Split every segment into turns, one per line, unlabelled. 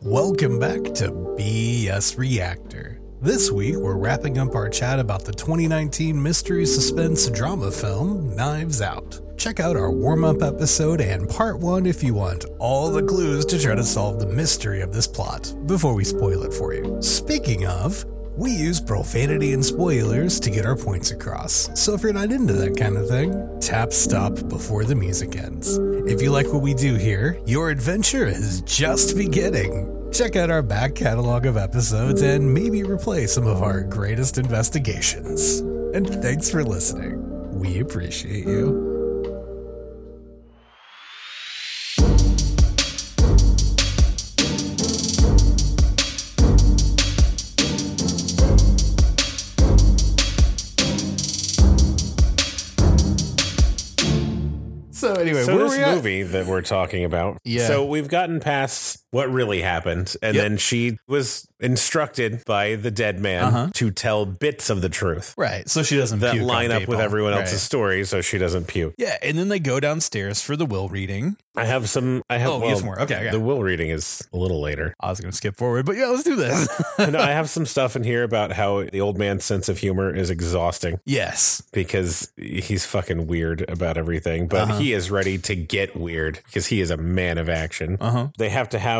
Welcome back to BS Reactor. This week, we're wrapping up our chat about the 2019 mystery suspense drama film Knives Out. Check out our warm up episode and part one if you want all the clues to try to solve the mystery of this plot before we spoil it for you. Speaking of, we use profanity and spoilers to get our points across, so if you're not into that kind of thing, tap stop before the music ends. If you like what we do here, your adventure is just beginning. Check out our back catalog of episodes and maybe replay some of our greatest investigations. And thanks for listening. We appreciate you. So anyway,
so
where
this
we at?
movie that we're talking about.
Yeah.
So we've gotten past what really happened, and
Yep.
then she was instructed by the dead man
Uh-huh.
to tell bits of the truth
Right. So she doesn't
that
puke on
line up
people.
with everyone
Right.
else's story, so she doesn't puke.
Yeah, and then they go downstairs for the will reading.
I have some. I have
Oh,
well,
yes, more. Okay, okay.
The will reading is a little later.
I was going to skip forward, but yeah, let's do this.
no, I have some stuff in here about how the old man's sense of humor is exhausting
yes.
because he's fucking weird about everything, but
Uh-huh.
he is ready to get weird because he is a man of action.
Uh huh.
they have to have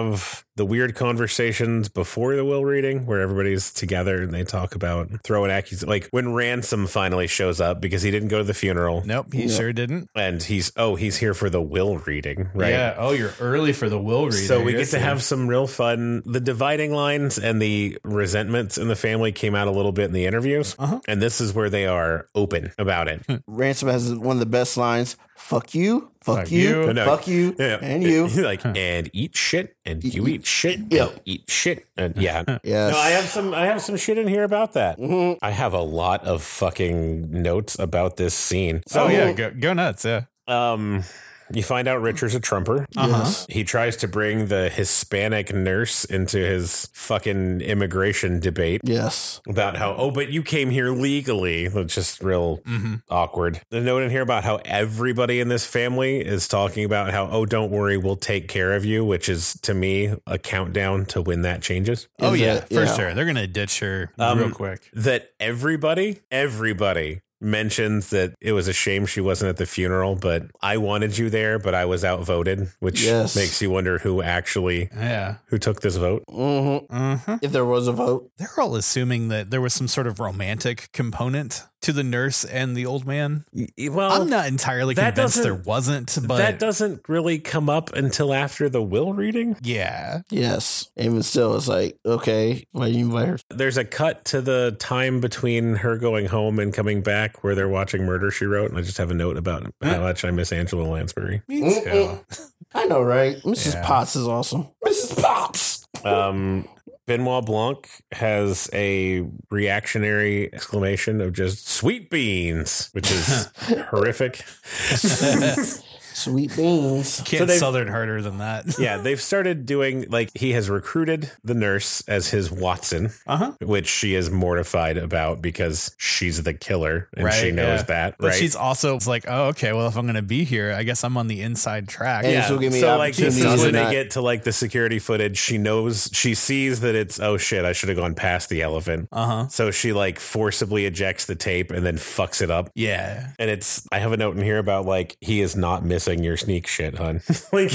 the weird conversations before the will reading where everybody's together and they talk about throwing accusations like when ransom finally shows up because he didn't go to the funeral
Nope. He sure didn't.
and he's oh he's here for the will reading right
Yeah. Oh, you're early for the will reading.
so we get
Yes,
to
you-
have some real fun the dividing lines and the resentments in the family came out a little bit in the interviews
Uh-huh. Hmm.
and this is where they are open about it
Ransom has one of the best lines. Fuck you, fuck,
Fuck
you,
you.
No,
fuck you,
Yeah.
and you.
like
Hmm.
and eat shit and you eat shit and
Yeah.
eat shit and yeah
Hmm.
Yes.
No, I have some. I have some shit in here about that.
Mhm.
Mm-hmm.
I have a lot of fucking notes about this scene.
Oh,
So,
yeah. Go, go nuts. Yeah.
um, you find out Richard's a trumper.
Uh-huh.
He tries to bring the Hispanic nurse into his fucking immigration debate
Yes.
about how oh, but you came here legally. It's just real
Mm-hmm.
awkward. The note in here about how everybody in this family is talking about how oh, don't worry, we'll take care of you, which is to me a countdown to when that changes.
Oh,
Is
yeah.
it-
for
yeah.
sure. They're going to ditch her
Um,
real quick.
that everybody, everybody mentions that it was a shame she wasn't at the funeral, but I wanted you there, but I was outvoted, which
Yes.
makes you wonder who actually
Yeah.
who took this vote.
hmm
Uh-huh.
If there was a vote,
They're all assuming that there was some sort of romantic component to the nurse and the old man.
Well,
I'm not entirely
that
convinced
doesn't-
there wasn't, but
that doesn't really come up until after the will reading.
yeah.
yes. Even still, it's like, okay, why you invite her?
There's a cut to the time between her going home and coming back where they're watching Murder She Wrote, and I just have a note about how much I miss Angela Lansbury.
Me
Mm,
too.
I know, right? Mrs.
Yeah.
Potts is awesome. Mrs. Potts.
Um, Benoit Blanc has a reactionary exclamation of just sweet beans, which is horrific.
Sweet beans.
So
Can't
they've-
southern harder than that.
Yeah, they've started doing like he has recruited the nurse as his Watson,
Uh-huh.
which she is mortified about because she's the killer and she
Right,
knows
yeah.
that.
But
right?
she's also like, oh, okay, well, if I'm going to be here, I guess I'm on the inside track.
Yeah.
yeah.
This will give me
so like this is
opportunities
when
to
they
not-
get to like the security footage. She knows she sees that it's oh shit, I should have gone past the elephant.
Uh huh.
So she like forcibly ejects the tape and then fucks it up.
Yeah.
And it's I have a note in here about like he is not missing your sneak shit, hun. like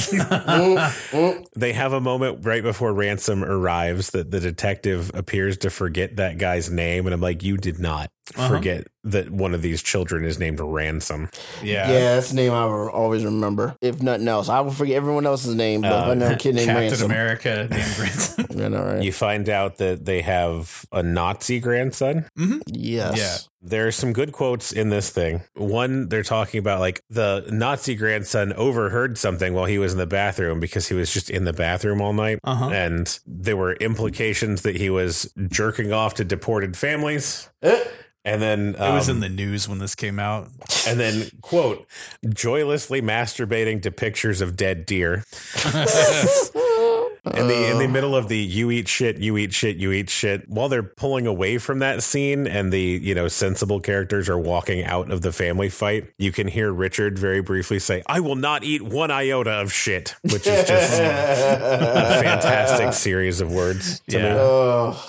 they have a moment right before ransom arrives that the detective appears to forget that guy's name, and I'm like, you did not
Uh-huh.
forget that one of these children is named Ransom.
Yeah.
Yeah. that's the name I will always remember. If nothing else, I will forget everyone else's name, but
Uh,
I know a kid named
Captain
Ransom.
America named Ransom.
I know, right?
You find out that they have a Nazi grandson.
Mm-hmm.
Yes.
There are some good quotes in this thing. One, they're talking about like the Nazi grandson overheard something while he was in the bathroom because he was just in the bathroom all night.
Uh huh.
and there were implications that he was jerking off to deported families.
Eh.
And then
It was
um,
in the news when this came out.
and then quote joylessly masturbating to pictures of dead deer. in the in the
Uh.
middle of the you eat shit, you eat shit, you eat shit, while they're pulling away from that scene and the, you know, sensible characters are walking out of the family fight, you can hear Richard very briefly say, I will not eat one iota of shit, which is just a fantastic series of words to
Yeah.
me.
Oh,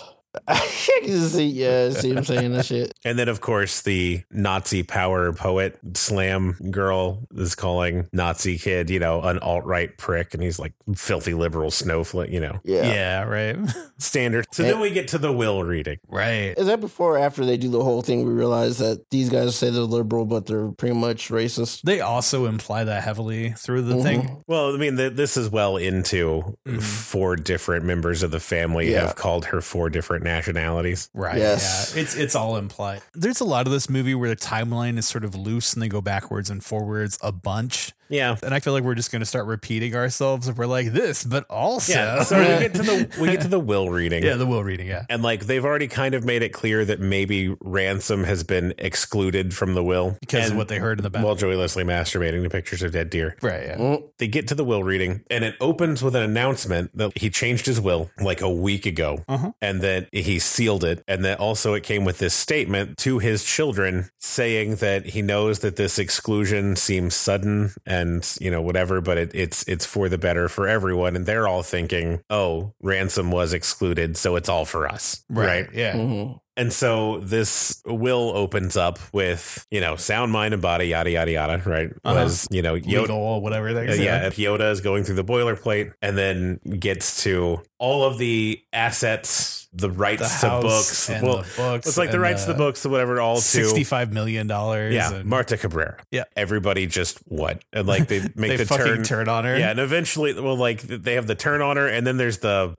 I can just see, yeah, see him saying that shit.
And then, of course, the Nazi power poet slam girl is calling Nazi kid, you know, an alt right prick. And he's like, filthy liberal snowflake, you know,
Yeah.
Yeah, right.
standard. So then we get to the will reading.
right.
Is that before or after they do the whole thing? We realize that these guys say they're liberal, but they're pretty much racist.
They also imply that heavily through the
Mm-hmm.
thing.
Well, I mean, th- this is well into
Mhm.
four different members of the family
Yeah.
have called her four different nationalities.
Right.
Yes.
Yeah. It's it's all implied. There's a lot of this movie where the timeline is sort of loose and they go backwards and forwards a bunch.
Yeah.
And I feel like we're just gonna start repeating ourselves if we're like this, but also
Yeah. So, we get to the we get to the will reading.
Yeah, the will reading, yeah.
And like they've already kind of made it clear that maybe ransom has been excluded from the will
Because of
And-
what they heard in the back.
while Joey Leslie masturbating to pictures of dead deer.
right, yeah.
Mm.
They get to the will reading, and it opens with an announcement that he changed his will like a week ago,
Uh-huh.
and that he sealed it, and that also it came with this statement to his children saying that he knows that this exclusion seems sudden and you know whatever, but it, it's it's for the better for everyone, and they're all thinking, oh, ransom was excluded, so it's all for us,
Right. Yeah.
Mm-hmm.
Mhm.
and so this will opens up with, you know, sound, mind, and body, yada, yada, yada, right?
Uh-huh.
Was, you know, Yoda.
Legal or whatever
uh,
they're
yeah, Yoda is going through the boilerplate and then gets to all of the assets, the
The
rights to
house
books.
and
Well,
the books.
it's like the
and
rights to the books, whatever, all to.
$65 million.
Yeah,
and
Marta Cabrera.
Yeah.
Everybody just what? And like they make
they
the
fucking
turn.
turn, on her.
Yeah, and eventually, well, like they have the turn on her, and then there's the.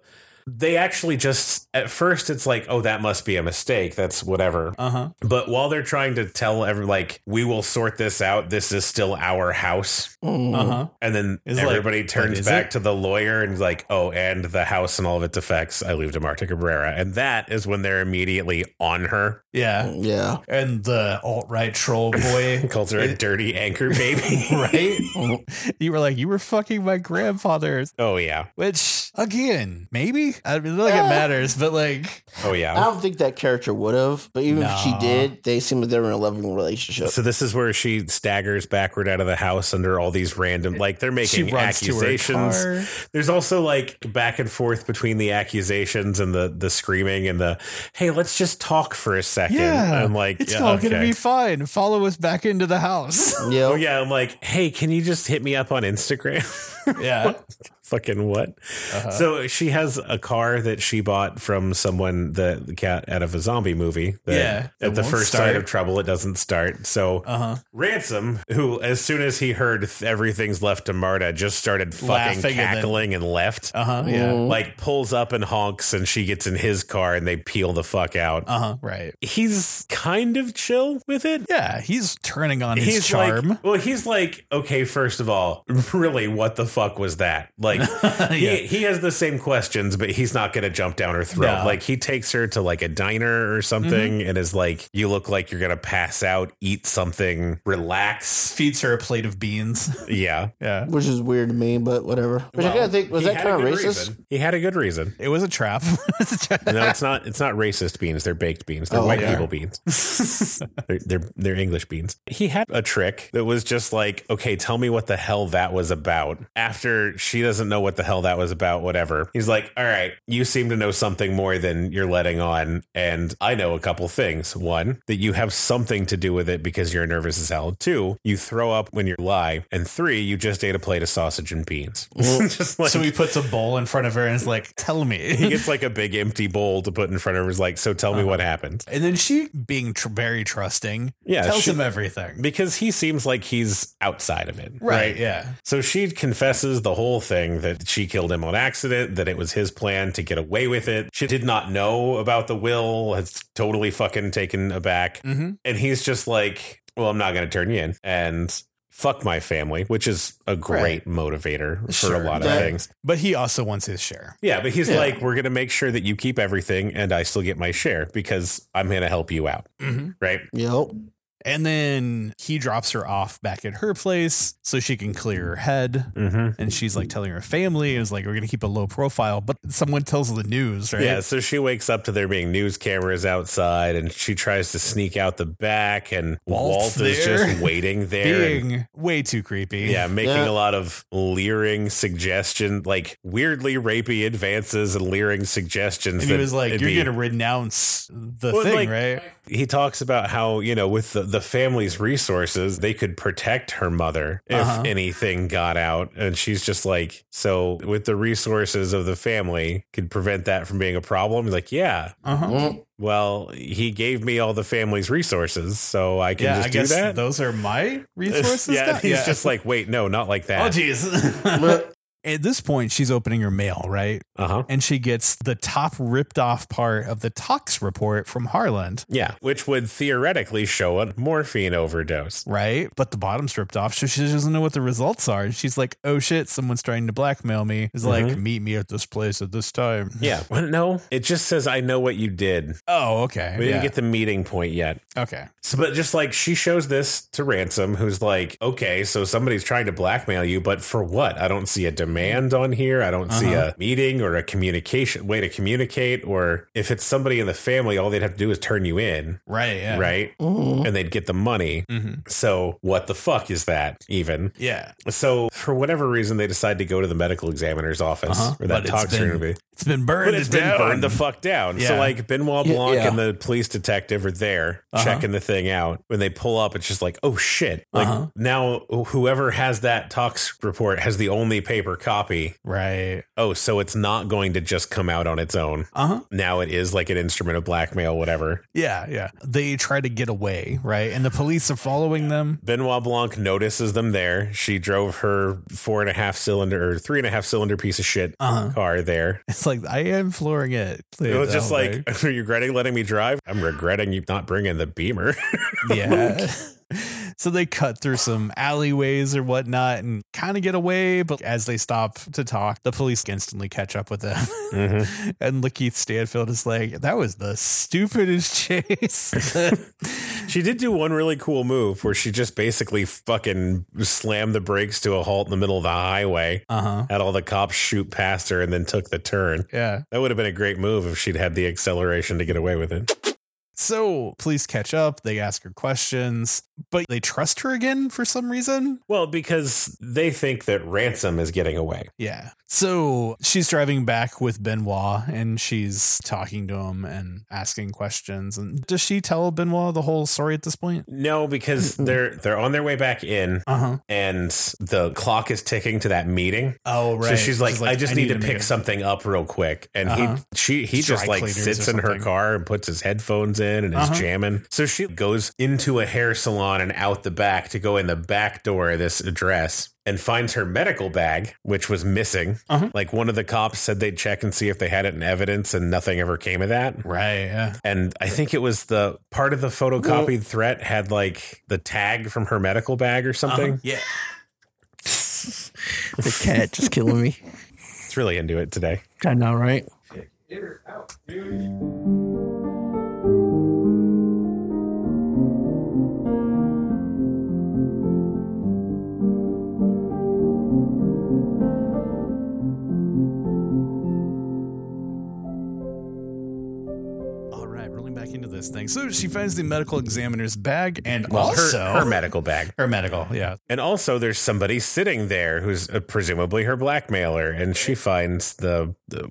They actually just at first it's like, oh, that must be a mistake. That's whatever.
Uh huh.
But while they're trying to tell every like, we will sort this out. This is still our house.
Mm.
Uh huh.
And then
It's like,
everybody turns
is
back
it?
to the lawyer and is like, oh, and the house and all of its effects, I leave to Marta Cabrera. And that is when they're immediately on her.
Yeah.
Yeah.
And the alt right troll boy.
Calls her a dirty anchor baby.
right?
Mhm.
You were like, you were fucking my grandfather.
Oh yeah.
Which, again, maybe? I mean, like, it
Yeah.
matters, but like,
Oh
I
Uh,
yeah.
don't think that character would have, but even if she
Nah.
did, they seem like they were in a loving relationship.
So this is where she staggers backward out of the house under all these random like they're making
she runs to her
accusations.
car.
There's also like back and forth between the accusations and the the screaming and the hey, let's just talk for a second.
Yeah.
I'm like,
It's
yeah,
all
okay.
going to be fine. Follow us back into the house.
Yeah.
Oh yeah, I'm like, hey, can you just hit me up on Instagram?
yeah.
Fucking what?
Uh-huh.
So she has a car that she bought from someone that the cat out of a zombie movie. that
Yeah, it
at the
won't
first
start.
sight of trouble, it doesn't start. So
Uh huh.
Ransom, who as soon as he heard th- everything's left to Marta, just started fucking
Laughing and then-
cackling and left.
Uh huh. Yeah.
Mhm.
like pulls up and honks and she gets in his car and they peel the fuck out.
Uh huh. Right.
He's kind of chill with it.
Yeah. He's turning on his
he's
charm.
Like, well, he's like, okay, first of all, really, what the fuck was that? Like,
Yeah.
he, he has the same questions, but he's not going to jump down her throat.
No. Mm-hmm.
Like, he takes her to like a diner or something and is like, you look like you're going to pass out, eat something, relax.
Feeds her a plate of beans.
Yeah.
Yeah.
Which is weird to me, but whatever. Which I
Well,
gotta think, was
he
that
had a
kind of
good
racist?
reason. He had a good reason.
It was a trap.
No, it's not. It's not racist beans. They're baked beans. They're
Oh,
white
okay.
people beans. They're, they're they're English beans. He had a trick that was just like, okay, tell me what the hell that was about. After she doesn't know what the hell that was about, whatever. He's like, all right, you seem to know something more than you're letting on, and I know a couple things. One, that you have something to do with it because you're nervous as hell. Two, you throw up when you lie, and three, you just ate a plate of sausage and beans. just like,
so he puts a bowl in front of her and is like, tell
he
me.
gets like a big empty bowl to put in front of her. Is like, so tell me
Uh-huh.
what happened.
And then she, being tr- very trusting,
Yeah,
tells
she-
him everything.
because he seems like he's outside of it.
Right. Yeah.
So she confesses the whole thing that she killed him on accident, that it was his plan to get away with it. She did not know about the will, has totally fucking taken aback.
Mm-hmm.
And he's just like, well, I'm not going to turn you in. And fuck my family, which is a great motivator for
Sure.
a lot
That-
of things.
But he also wants his share.
Yeah, but he's
Yeah.
like, we're going to make sure that you keep everything and I still get my share because I'm going to help you out.
Mm-hmm.
Right.
Yep.
And then he drops her off back at her place so she can clear her head.
Mm-hmm.
And she's like telling her family, is like, we're going to keep a low profile. But someone tells the news, right?
Yeah, so she wakes up to there being news cameras outside and she tries to sneak out the back and
Walt's
Walt is
there.
just waiting there. and-
Being way too creepy.
yeah, making
Yeah.
a lot of leering suggestion, like weirdly rapey advances and leering suggestions.
And he
that
was like,
it'd
you're
be-
going to renounce the
Well,
thing,
like-
right?
he talks about how you know with the, the family's resources they could protect her mother if
Uh-huh.
anything got out and she's just like so with the resources of the family could prevent that from being a problem He's like yeah
Uh-huh.
Mm.
well he gave me all the family's resources so i can
Yeah,
just
I
do
guess
that
those are my resources.
yeah
now?
and he's just like wait no not like
oh,
that
jeez.
But
At this point, she's opening her mail, right?
uh-huh
and she gets the top ripped off part of the tox report from Harland,
yeah which would theoretically show a morphine overdose
right? But the bottom's ripped off, so she doesn't know what the results are. And she's like, "Oh shit, someone's trying to blackmail me." It's like,
Mhm.
"Meet me at this place at this time."
yeah Well, no it just says i know what you did
Oh, okay.
we
yeah.
didn't get the meeting point yet
okay.
So, but just like she shows this to Ransom, who's like, okay, so somebody's trying to blackmail you, but for what? I don't see a demand on here. I don't see
Uh-huh.
a meeting or a communication way to communicate. Or if it's somebody in the family, all they'd have to do is turn you in,
Right. Yeah. Mm-hmm.
right?
mm.
And they'd get the money.
hmm
So, what the fuck is that even?
Yeah.
So, for whatever reason, they decide to go to the medical examiner's office
Uh-huh. But
or that
it's
talks
been-
to be.
It's been burned.
But it's been
down.
burned the fuck down. So
Yeah.
like Benoit
Y-
Blanc
yeah.
and the police detective are there
Uh-huh.
checking the thing out. When they pull up, it's just like, oh shit! Like
Uh-huh.
now, whoever has that tox report has the only paper copy.
Right.
Oh, so it's not going to just come out on its own.
Uh huh.
Now it is like an instrument of blackmail, whatever.
Yeah. Yeah. They try to get away, right? And the police are following them.
Benoit Blanc notices them there. She drove her four and a half cylinder or three and a half cylinder piece of shit
Uh huh.
car there.
It's like I am flooring it.
Uh-huh. It was just
Oh,
like, are you regretting letting me drive? I'm regretting you not bringing the Beamer.
yeah. so they cut through some alleyways or whatnot and kind of get away. But as they stop to talk, the police instantly catch up with them.
Mm-hmm.
and Lakeith Stanfield is like, that was the stupidest chase.
She did do one really cool move where she just basically fucking slammed the brakes to a halt in the middle of the highway,
uh huh.
had all the cops shoot past her, and then took the turn.
Yeah.
That would have been a great move if she'd had the acceleration to get away with it.
So police catch up. They ask her questions, but they trust her again for some reason.
Well, because they think that ransom is getting away.
Yeah. So she's driving back with Benoit and she's talking to him and asking questions. And does she tell Benoit the whole story at this point?
No, because they're they're on their way back in
Uh huh.
and the clock is ticking to that meeting.
Oh, right.
So she's like, I just need, to
make
pick
a-
something up real quick. And
Uh-huh.
he she he
Dry
just like
cleaners
sits
or
in her
something.
car and puts his headphones in and
Uh-huh.
is jamming. So she goes into a hair salon and out the back to go in the back door of this address and finds her medical bag, which was missing.
Uh-huh.
Like one of the cops said they'd check and see if they had it in evidence and nothing ever came of that.
Right. Yeah.
And I think it was the part of the photocopied threat had like the tag from her medical bag or something.
Yeah.
the cat just killing me.
It's really into it today.
I know, right?
All right. Rolling back into this thing. So she finds the medical examiner's bag and
Well, her-
also
her medical bag.
her medical. Yeah.
And also, there's somebody sitting there who's uh, presumably her blackmailer, and she finds the, the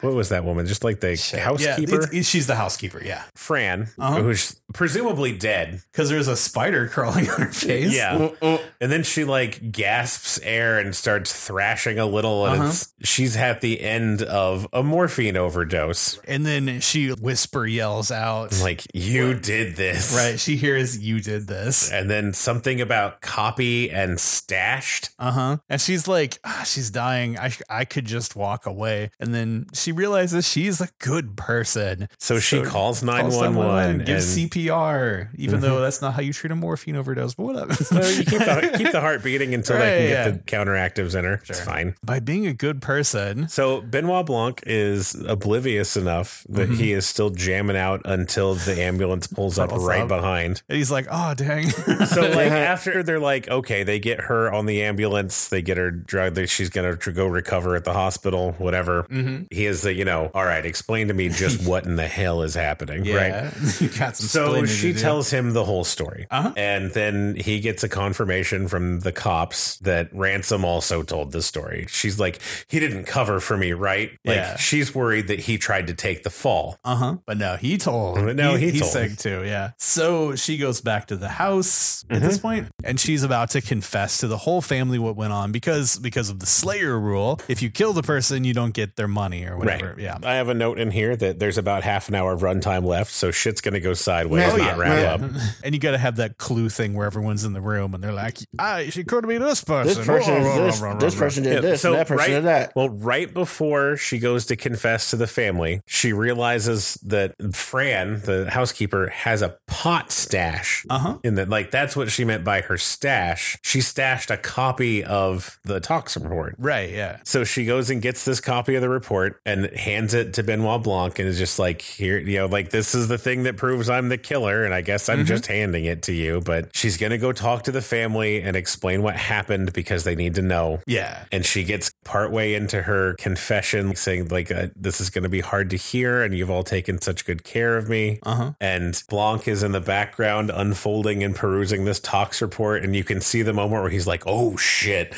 what was that woman? Just like the
Yeah,
housekeeper,
it's- it's- she's the housekeeper. Yeah.
Fran,
Uh-huh.
who's presumably dead.
Because there's a spider crawling on her face.
Yeah,
Uh,
and then she like gasps air and starts thrashing a little, and
Uh-huh.
it's, she's at the end of a morphine overdose.
And then she whisper yells out,
I'm like, you did this,
right? She hears, You did this.
And then something about copy and stashed.
Uh huh. And she's like, ah, She's dying. I, I could just walk away. And then she realizes she's a good person.
So she
So
calls
Call
nine
911,
one one.
give CPR, even though that's not how you treat a morphine overdose, but whatever.
So you keep the, keep the heart beating until they
Right,
can get
yeah.
the counteractives in her. It's
Sure.
fine.
By being a good person,
So Benoit Blanc is oblivious enough that
Mhm.
he is still jamming out until the ambulance pulls up
Pulls
right
up.
behind.
And he's like, oh, dang.
So like after they're like, okay, they get her on the ambulance, they get her drugged, they- she's gonna tr- go recover at the hospital, whatever.
Mhm.
He is the, you know, all right, explain to me just what in the hell is happening, right?
Yeah. You got some
So
splaining
she
to do.
tells him the whole story.
Uh-huh.
And then he gets a confirmation from the cops that Ransom also told the story. She's like, he didn't cover for me, right? Like,
Yeah.
she's worried that he tried to take the fall.
Uh huh. But no, he told.
But no, he told.
sang too. Yeah. So she goes back to the house at this point, and she's about to confess to the whole family what went on because because of the Slayer rule. If you kill the person, you don't get their money or whatever. Yeah.
I have a note in here that there's about half an hour of runtime left, so shit's going to go sideways,
Oh,
not
yeah.
wrap
Yeah.
up.
And you got to have that clue thing where everyone's in the room and they're like, "I she according to me this person,
This person is this. This person did
Yeah,
this. and that person
right,
did that.
Well, right before she goes to confess to the family, she realizes that Fran, the housekeeper, has a pot stash.
Uh huh.
In that, like, that's what she meant by her stash. She stashed a copy of the Tox report.
Right. Yeah.
So she goes and gets this copy of the report and hands it to Benoit Blanc and is just like, here, you know, like this is the thing that proves I'm the killer. And I guess I'm
Mhm.
just handing it to you. But she's going to go talk to the family and explain what happened because they need to know.
Yeah.
And she gets partway into her confession saying, like, uh, this is going to be hard to hear. And you've all taken such good care of me.
Uh huh.
And Blanc is in the background unfolding and perusing this tox report. And you can see the moment where he's like, oh shit.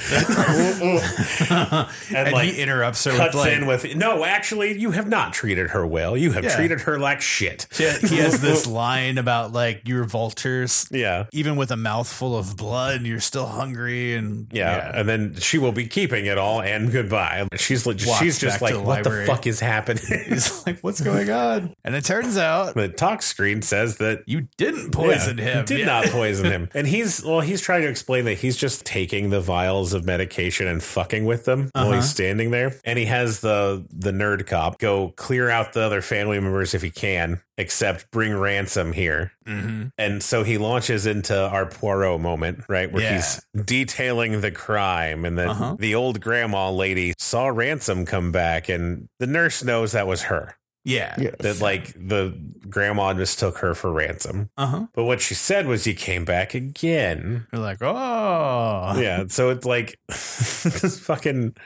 and
like,
he interrupts her with
cuts
like,
in with no actually you have not treated her well you have
Yeah.
treated her like shit
Yeah, he has this line about like you're vultures.
yeah
Even with a mouthful of blood, you're still hungry and
yeah. and then she will be keeping it all and goodbye. She's like,
Walks
she's just
back
like,
to the
what the
library.
fuck is happening?
He's like, "What's going on?" And it turns out
the talk screen says that
you didn't poison
Yeah,
him.
Did
Yeah.
not poison him. And he's well, he's trying to explain that he's just taking the vials of medication and fucking with them while
Uh-huh.
he's standing there. And he has the the nerd cop go clear out the other family members if he can, except bring ransom here.
Mhm.
And so he launches into our Poirot moment, right? Where
Yeah.
he's detailing the crime and then
Uh-huh.
the old grandma lady saw ransom come back and the nurse knows that was her.
Yeah.
Yes.
That like the grandma mistook her for ransom.
Uh huh.
But what she said was, "You came back again."
You're like, oh,
Yeah, so it's like this fucking.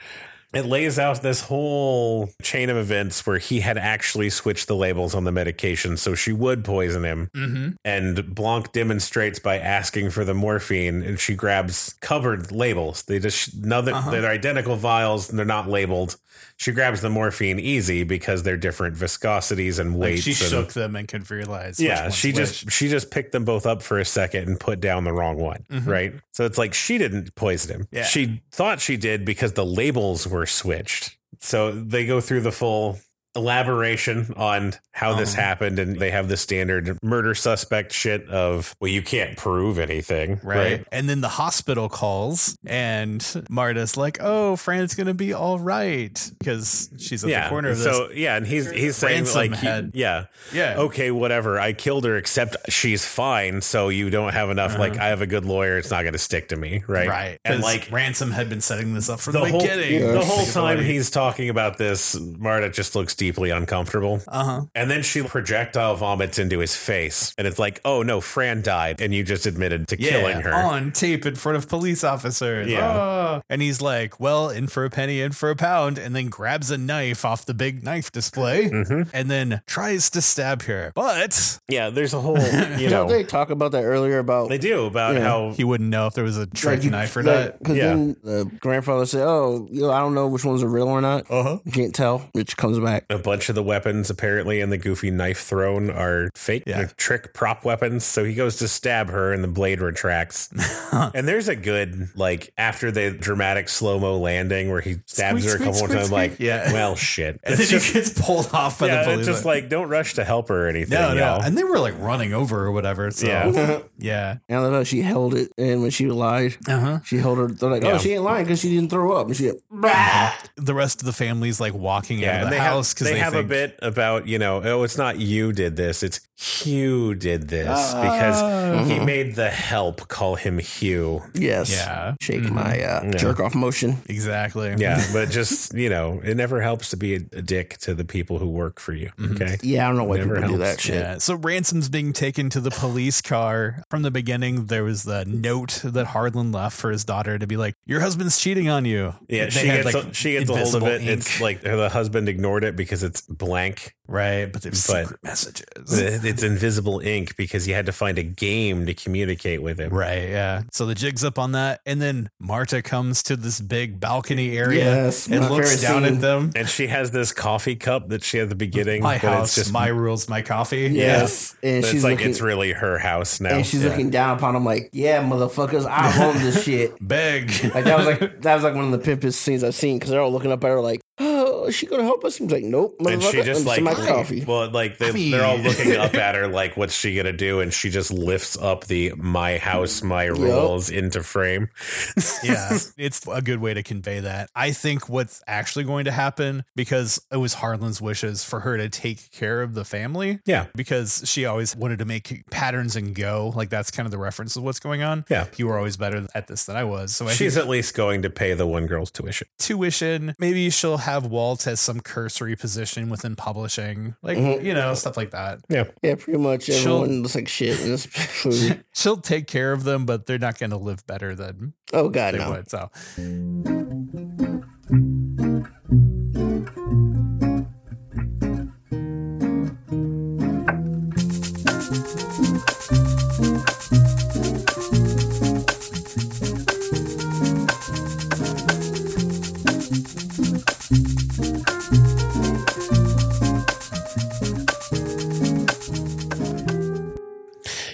It lays out this whole chain of events where he had actually switched the labels on the medication, so she would poison him.
Mhm.
And Blanc demonstrates by asking for the morphine, and she grabs covered labels. They just now that
Uh-huh.
they're identical vials, and they're not labeled. She grabs the morphine easy because they're different viscosities and
Like
weights.
she
and-
shook them and could realize.
yeah she just she just picked them both up for a second and put down the wrong one
Mhm.
right so it's like she didn't poison him
Yeah.
she thought she did because the labels were switched so they go through the full elaboration on how this
Uh-huh.
happened and they have the standard murder suspect shit of well you can't prove anything
Right. And then the hospital calls, and Marta's like, "Oh, Fran's gonna be all right," because she's at
yeah
the corner of this.
so Oh, yeah and he's he's saying
Ransom
like he-
had-
yeah
yeah.
okay, whatever. I killed her, except she's fine. So you don't have enough.
Uh-huh.
Like, I have a good lawyer. It's not going to stick to me. Right.
Right.
And
'Cause
like,
ransom had been setting this up from
the
the,
whole,
beginning.
yeah.
the whole
Think about
time
it.
he's talking about this, Marta just looks deeply uncomfortable.
uh-huh.
And then she projectile vomits into his face. And it's like, oh no, Fran died. And you just admitted to
Yeah, oh,
killing her.
on tape in front of police officers.
Yeah.
Ah. And he's like, "Well, in for a penny, in for a pound," and then grabs a knife off the big knife display
Mhm.
and then tries to stab her. But
Yeah, there's a whole, you know,
Don't they talk about that earlier about
oh. they do about
Yeah.
how
he wouldn't know if there was a trick knife or not.
Because
Yeah.
then the grandfather said, "Oh, you know, I don't know which ones are real or not.
Oh.
Uh-huh.
You can't tell." Which comes back.
a bunch of the weapons apparently in the goofy knife thrown are fake
Yeah.
they're trick prop weapons so he goes to stab her and the blade retracts and there's a good like after the dramatic slow-mo landing where he stabs
Squeak,
her a couple
squeak,
more times
squeak,
like
squeak. Yeah.
well shit
And
It's
then
just-
he gets pulled off by
yeah,
the
it's
police.
just like don't rush to help her or anything
no, no.
y'all.
And they were like running over or whatever. So
Yeah.
yeah.
And I love how uh, she held it, and when she lied,
Uh-huh.
she held her. They're like,
Yeah.
"Oh, she ain't lying because she didn't throw up." And she,
The rest of the family's like walking out
Ah. yeah,
of
and
the
they
house
have,
because
they,
they,
have a
think,
bit about you know oh it's not you did this it's Hugh did this
Ah.
because he made the help call him Hugh.
Yes.
Yeah.
Shake
Mhm.
my uh,
Mm-hmm. Yeah.
jerk off motion.
Exactly.
Yeah, but just, you know, it never helps to be a, a dick to the people who work for you.
Mhm.
Okay.
Yeah, I don't know why
Never
people do
helps.
that shit.
Yeah. So Ransom's being taken to the police car. From the beginning, there was the note that Hardlin left for his daughter to be like, Your husband's cheating on you.
Yeah,
They
she
had,
gets,
like,
a, she gets a hold of it.
invisible ink.
It's like the husband ignored it because it's blank.
Right. But there's
But-
secret messages.
It's invisible ink because you had to find a game to communicate with him.
Right, yeah. So the jig's up on that, and then Marta comes to this big balcony area
Yes,
and
my
looks
favorite
down
scene.
at them.
And she has this coffee cup that she had at the beginning.
My
but
house,
It's just,
my rules, my coffee.
Yes. And
but
she's
it's like,
looking,
it's really her house now.
and she's
Yeah.
looking down upon him like, yeah, motherfuckers, I own this shit.
big.
Like that was like that was like one of the pimpest scenes I've seen because they're all looking up at her like, oh, is she gonna help us? And she's like, nope.
and she
motherfucker,
just
let
like,
me sip my coffee.
well, like they,
I mean-
they're all looking up at her, like, what's she gonna do? And she just lifts up the "my house, my rules" into frame.
yeah, it's a good way to convey that. I think what's actually going to happen because it was Harlan's wishes for her to take care of the family
yeah,
because she always wanted to make patterns and go. Like that's kind of the reference of what's going on.
Yeah.
You were always better at this than I was. So I
she's
she's
at least going to pay the one girl's tuition.
tuition. Maybe she'll have Walt as some cursory position within publishing, like,
Mhm.
you know, stuff like that.
yeah, pretty much
She'll-
everyone looks like shit in this food.
She'll take care of them, but they're not going to live better than
Oh god,
they
no.
would. So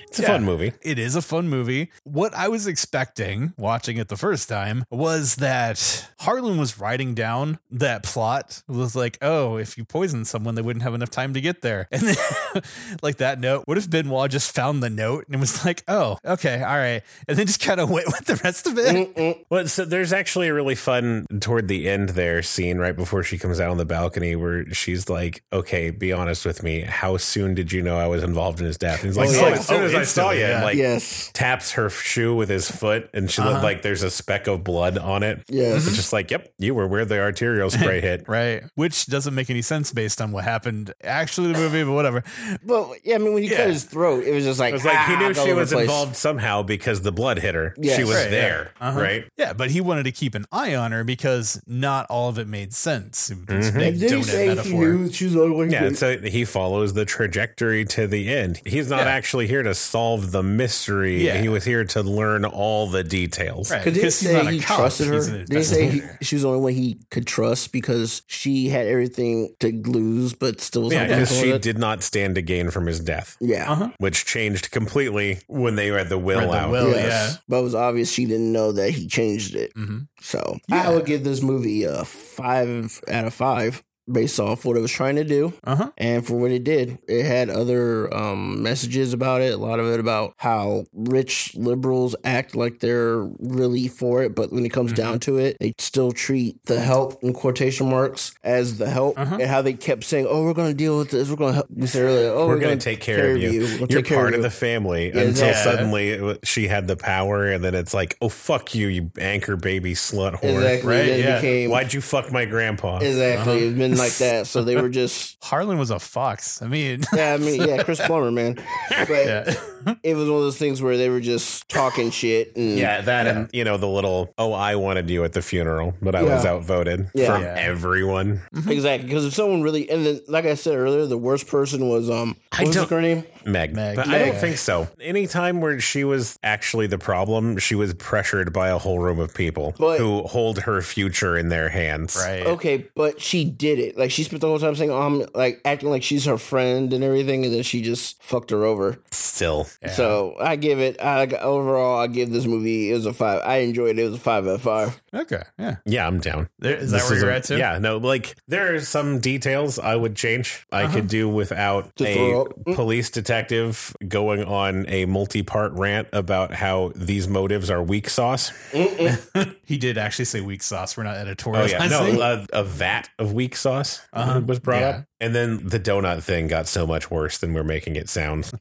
It's a
Yeah.
fun movie.
it is a fun movie. What I was expecting watching it the first time was that Harlan was writing down that plot. It was like, oh, if you poison someone, they wouldn't have enough time to get there. And then, like that note, what if Benoit just found the note and was like, oh, okay, all right. And then just kind of went with the rest of it.
Mm-mm.
Well, so there's actually a really fun toward the end there scene right before she comes out on the balcony where she's like, "Okay, be honest with me. How soon did you know I was involved in his death?" And he's like,
Oh,
"Oh,
yeah.
as soon
Oh,
as I saw
instantly,
you." And
yeah.
like
yes.
taps her shoe with his foot, and she looked
Uh-huh.
like there's a speck of blood on it.
Yes.
It's just like, "Yep, you were where the arterial spray hit."
Right. Which doesn't make any sense based on what happened actually in the movie, but whatever.
But yeah, I mean when you
Yeah.
cut his throat, it was just like,
It was like he
ah,
knew
all
she
over
was
the place.
involved somehow because the blood hit her.
Yes.
She was
Right, yeah.
there,
Uh-huh.
right?
Yeah, but he wanted to keep an eye on her because not all of it made sense. It was a
Mhm.
big
Mm-hmm. Did he
donut
say he
metaphor.
knew she was the only one who
Yeah,
couldn't-
so he follows the trajectory to the end. He's not
Yeah.
actually here to solve the mystery.
Yeah.
He was here to learn all the details.
Right.
Could they
Because he's not
say
a
he
cop,
trusted
he's an
her? They say he,
investigator.
she was the only one he could trust because she had everything to lose, but still was
Yeah,
on
because
top of
she
it.
did not stand to gain from his death,
Yeah,
Uh-huh.
which changed completely when they read the will
Read the
out.
will. Oh, yeah.
but it was obvious she didn't know that he changed it.
hmm
So
Yeah.
I would give this movie a five out of five based off what it was trying to do
Uh-huh.
and for what it did. It had other um, messages about it, a lot of it about how rich liberals act like they're really for it, but when it comes
Mhm.
down
Mm-hmm.
to it, they still treat the help in quotation marks as the help,
Uh-huh.
and how they kept saying, "Oh, we're going to deal with this. We're going to help." We said earlier, "Oh,
We're
we're,
gonna
going to
take care of you. You're part of the family
Yeah,
until
yeah.
suddenly it wa- she had the power, and then it's like, oh, fuck you, you anchor baby slut whore.
exactly.
Right,
Then it
yeah.
became
Why'd you fuck my grandpa?
exactly.
Uh-huh.
It's been like that. So they were just.
Harlan was a fox. I mean,
Yeah, I mean, yeah, Chris Plummer, man. But
yeah.
it was one of those things where they were just talking shit and
Yeah, that and you know the little oh I wanted you at the funeral, but I was
Yeah.
outvoted
Yeah.
from
Yeah.
everyone.
Exactly, because if someone really and then, like I said earlier, the worst person was um,
I
what was
don't-
her name?
Meg,
Meg.
but I don't
Yeah.
think so. Anytime where she was actually the problem, she was pressured by a whole room of people
But-
who hold her future in their hands.
Right.
Okay, but she did it. Like she spent the whole time saying, "Um, like acting like she's her friend and everything," and then she just fucked her over.
Still,
Yeah.
So I give it. I like, overall, I give this movie. It was a five. I enjoyed it. It was a five out of five.
Okay. Yeah.
yeah, I'm down.
There, is that
This
where you're
a-
at too?
Yeah, no, like there are some details I would change. I
Uh-huh.
could do without
To
a
throw up. Mm.
police detective going on a multi-part rant about how these motives are weak sauce.
He did actually say weak sauce. We're not
Oh
editorializing.
yeah, no, a, a vat of weak sauce
Uh-huh.
was brought
Yeah.
up, and then the donut thing got so much worse than we're making it sound.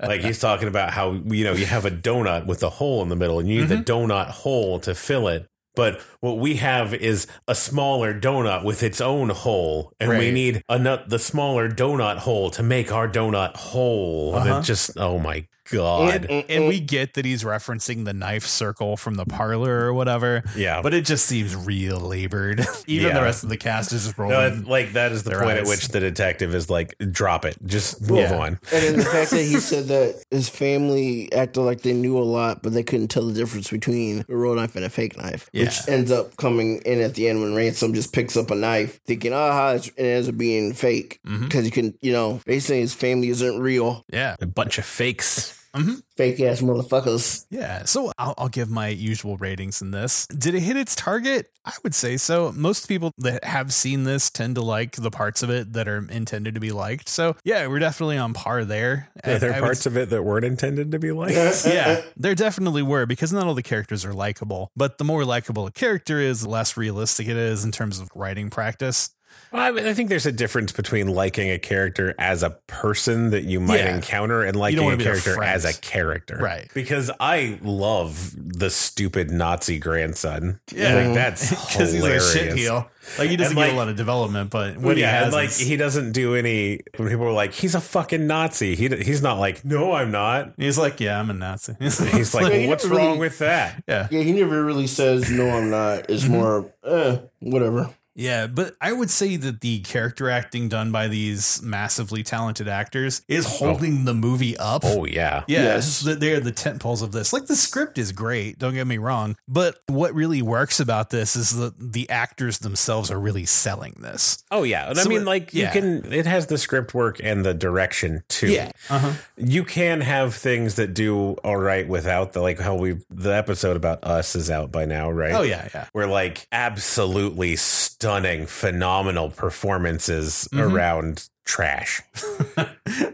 like he's talking about how you know you have a donut with a hole in the middle, and you need the
Mm-hmm.
donut hole to fill it. But what we have is a smaller donut with its own hole, and we
Right.
need another the smaller donut hole to make our donut whole. And
Uh-huh.
it just oh my god,
and we get that he's referencing the knife circle from the parlor or whatever,
yeah.
but it just seems real labored. Even
Yeah.
the rest of the cast is just
No,
rolling.
it- like that is the
Their
point at
eyes.
which the detective is like, drop it, just move
Yeah.
on.
And then the fact that he said that his family acted like they knew a lot, but they couldn't tell the difference between a real knife and a fake knife, which
Yeah.
ends up coming in at the end when Ransom just picks up a knife, thinking, aha, it's- it ends up being fake.
Mm-hmm.
Mhm.
Because you can, you know, basically his family isn't real.
yeah.
A bunch of fakes.
Fake ass motherfuckers.
Yeah, so I'll, I'll give my usual ratings in this. Did it hit its target? I would say so. Most people that have seen this tend to like the parts of it that are intended to be liked. So yeah, we're definitely on par there.
Are there
I would
parts of it that weren't intended to be like? Eh,
yeah, there definitely were because not all the characters are likable, but the more likable a character is, the less realistic it is in terms of writing practice.
Well, I, mean, I think there's a difference between liking a character as a person that you might
Yeah.
encounter and liking
wanna
a
be their
character
friend.
as a character.
Right.
Because I love the stupid Nazi grandson.
Yeah.
Like, that's
Because
hilarious.
he's like a shit heel. Like he doesn't
And,
get a
like-
lot of development, but when
yeah,
he
and
has,
like
is-
he doesn't do any. When people are like, "He's a fucking Nazi," he d- he's not like, "No, I'm not."
he's like, yeah, I'm a Nazi.
He's like,
like-
well, "What's
Really-
wrong with that?"
yeah,
Yeah, he never really says, no, I'm not.
Mm-hmm.
It's more, eh, whatever.
yeah. But I would say that the character acting done by these massively talented actors is holding the movie up.
Oh yeah,
Yeah,
Yes.
th- they're the tent poles of this. Like the script is great, don't get me wrong, but what really works about this is that the actors themselves are really selling this.
oh yeah. And I
So
mean,
it-
like
yeah.
you can. It has the script work and the direction too.
Uh-huh.
you can have things that do all right without the like how we the episode about us is out by now, right?
Oh yeah, yeah.
We're like absolutely stunning, phenomenal performances
Mhm.
around trash.
I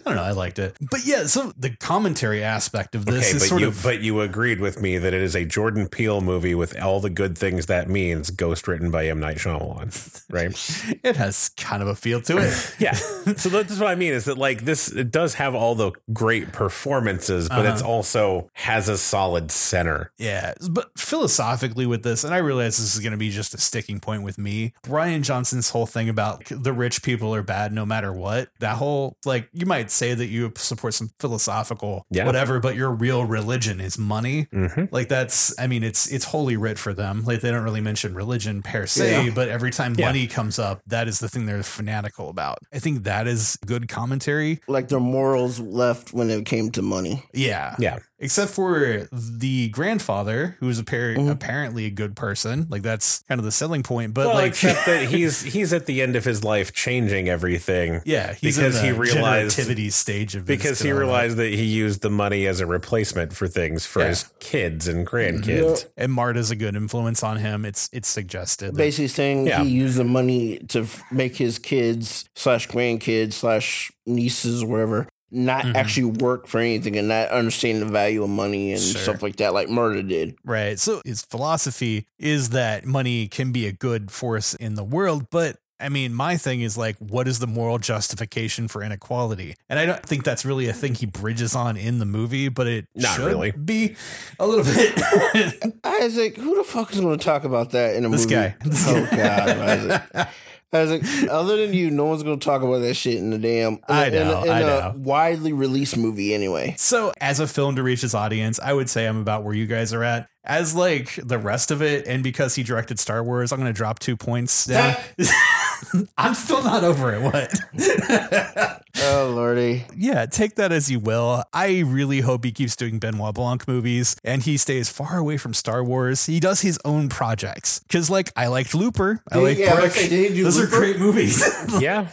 don't know, I liked it. But yeah, so the commentary aspect of this
Okay,
is
but
sort
you
of
but you agreed with me that it is a Jordan Peele movie with all the good things that means, ghost written by M. Night Shyamalan, right?
it has kind of a feel to it.
yeah. So that's what I mean is that like this it does have all the great performances, but it's also has a solid center.
yeah. But philosophically with this, and I realize this is gonna be just a sticking point with me, Brian Johnson's whole thing about the rich people are bad no matter what, that whole like you might say that you support some philosophical
Yeah.
whatever, but your real religion is money.
Mm-hmm.
Like that's, I mean, it's it's holy writ for them. Like they don't really mention religion per se,
Yeah.
but every time
Yeah.
money comes up, that is the thing they're fanatical about. I think that is good commentary.
Like their morals left when it came to money.
Yeah,
Yeah.
Except for the grandfather, who is appar-
Mm-hmm.
Mhm.
apparently a good person. Like that's kind of the selling point. But
well,
like,
except that he's he's at the end of his life changing everything
yeah, he's
Because
in the
he realized-
generativity stage of his
because he
development.
realized that he used the money as a replacement for things for
Yeah.
his kids and grandkids.
and Marta's a good influence on him. It's it's suggested. that-
Basically saying
Yeah.
he used the money to f- make his kids slash grandkids slash nieces or whatever not
Mhm.
actually work for anything and not understand the value of money and
Sure.
stuff like that, like Murder did.
Right. So his philosophy is that money can be a good force in the world, but I mean, my thing is like, what is the moral justification for inequality? And I don't think that's really a thing he bridges on in the movie, but it
Not
should
really.
be a little bit.
Isaac, who the fuck is going to talk about that in a
this
movie?
guy. This
Oh
guy.
God, Isaac. Isaac, other than you, no one's going to talk about that shit in the damn.
I
in a-
know,
in
I
a
know.
widely released movie anyway.
So, as a film to reach his audience, I would say I'm about where you guys are at. As like the rest of it, and because he directed Star Wars, I'm going to drop two points down. I'm still not over it. What?
Oh lordy,
yeah, take that as you will. I really hope he keeps doing Benoit Blanc movies and he stays far away from Star Wars. He does his own projects because, like, I liked Looper. I
Yeah,
like
yeah, I was
Brick.
gonna say, did he do
Those
Looper?
are great movies.
Yeah.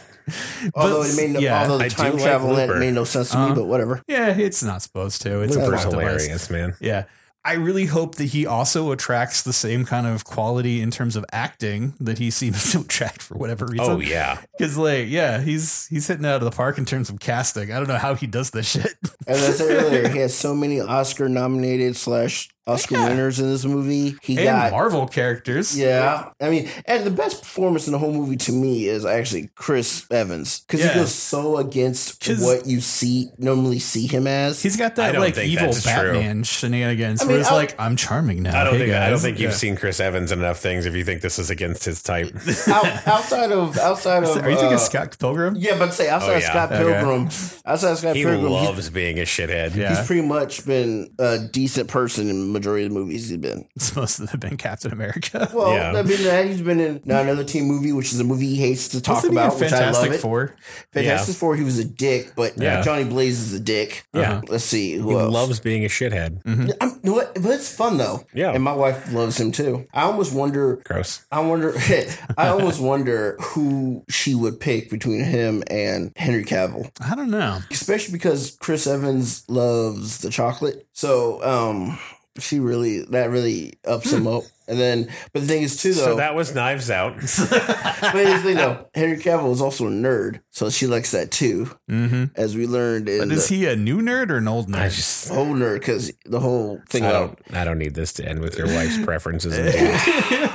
although it made no,
yeah,
although the
I do
time
like
travel in it
Looper.
made no sense to me,
Uh-huh.
but whatever.
yeah, it's not supposed to. It's a
Looper's
plot device.
hilarious, man.
Yeah. I really hope that he also attracts the same kind of quality in terms of acting that he seems to attract for whatever
Oh
reason.
yeah,
Because like, yeah, he's he's hitting it out of the park in terms of casting. I don't know how he does this shit.
As I said earlier, he has so many Oscar nominated slash Oscar
Yeah.
winners in this movie. He
and
got
Marvel characters.
Yeah, I mean, and the best performance in the whole movie to me is actually Chris Evans because
Yeah.
he goes so against
'Cause-
what you see normally see him as.
He's got
I
that
don't
like
think
evil
that's true.
Batman shenanigans
I
where
mean,
it's
I-
like, I'm charming now.
I don't
Hey,
think I don't
guys."
think you've
Yeah.
seen Chris Evans in enough things. If you think this is against his type,
Out, outside of outside of
Are you
Um,
thinking
uh,
Scott Pilgrim?
Yeah, but say outside
Oh,
of
yeah.
Scott
Okay.
Pilgrim, outside of Scott
he
Pilgrim, he's,
loves being a shithead.
Yeah.
he's pretty much been a decent person in the majority of the movies he's been.
It's most of them have been Captain America.
Well,
Yeah.
I mean, that he's been in now another teen movie, which is a movie he hates to talk
Wasn't he in
about, which I
Fantastic
love it.
Four.
Fantastic Four, he was a dick, but
Yeah.
Johnny Blaze is a dick. Uh-huh.
Yeah.
Let's see who
He
else.
loves being a shithead.
I'm, you know what? But it's fun though.
Yeah.
and my wife loves him too. I almost wonder.
Gross.
I wonder. I almost wonder who she would pick between him and Henry Cavill,
I don't know.
especially because Chris Evans loves the chocolate. So, um, she really that really ups him up. And then, but the thing is too though.
Hmm. So that was Knives Out.
but here's the thing though, Henry Cavill is also a nerd, so she likes that too,
Mm-hmm.
as we learned in
But is
the
he a new nerd or an old nerd?
I just
whole nerd because the whole thing
I
about
don't. I don't need this to end with your wife's preferences. And views.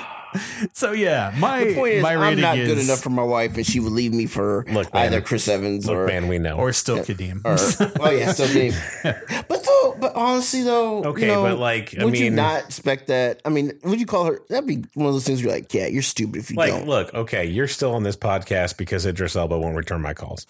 so yeah, my
The point is,
my
I'm
rating
not
is
good enough for my wife, and she would leave me for
Look, man.
either Chris Evans or.
Look, man, we know.
or still Kadeem.
or oh yeah, still game. But though, but honestly though,
okay,
you know,
but like, I
would you
mean,
not expect that? I mean, would you call her? That'd be one of those things. Where you're like, yeah, you're stupid if you
like,
don't.
look, okay, you're still on this podcast because Idris Elba won't return my calls.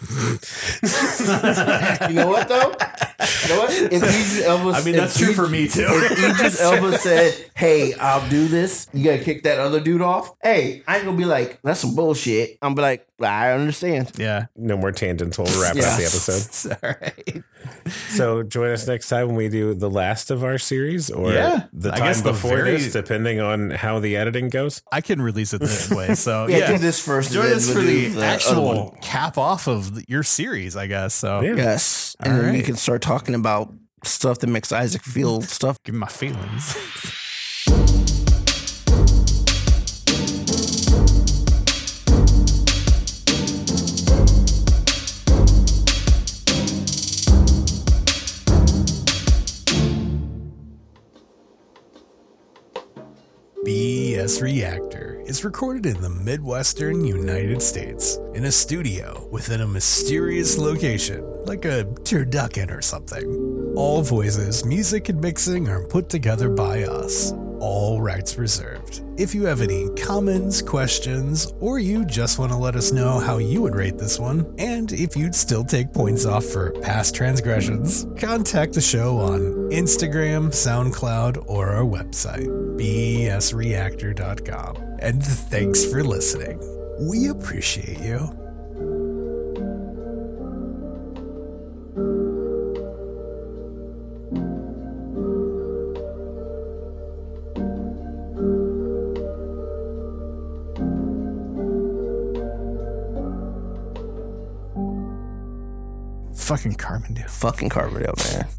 You know what though? you know what? If Idris Elba,
I mean,
if
that's true
Id-
for me too.
If Idris Elba said, "Hey, I'll do this," you gotta kick that other dude off. Hey, I ain't gonna be like, "That's some bullshit." I'm be like, "I understand."
yeah.
No more tangents. We'll wrap up the episode.
Sorry.
So join us next time when we do the last of our series, or
Yeah.
the
I
time
guess the
before
very-
this, depending on how the editing goes.
I can release it this way. So
Yeah,
yeah.
do this first. and
Join
then
us
we'll
for
do
the,
other one.
actual cap off of the- your series, I guess. So
Yeah.
Yes. And
All
then we
right.
can start talking about stuff that makes Isaac feel stuff.
give me my feelings.
BS Reactor is recorded in the Midwestern United States in a studio within a mysterious location, like a turducken or something. All voices, music, and mixing are put together by us. All rights reserved. If you have any comments, questions, or you just want to let us know how you would rate this one, and if you'd still take points off for past transgressions, contact the show on Instagram, SoundCloud, or our website E bsreactor.com. And thanks for listening. We appreciate you.
Fucking Carmen, dude.
Fucking Carbondale, man.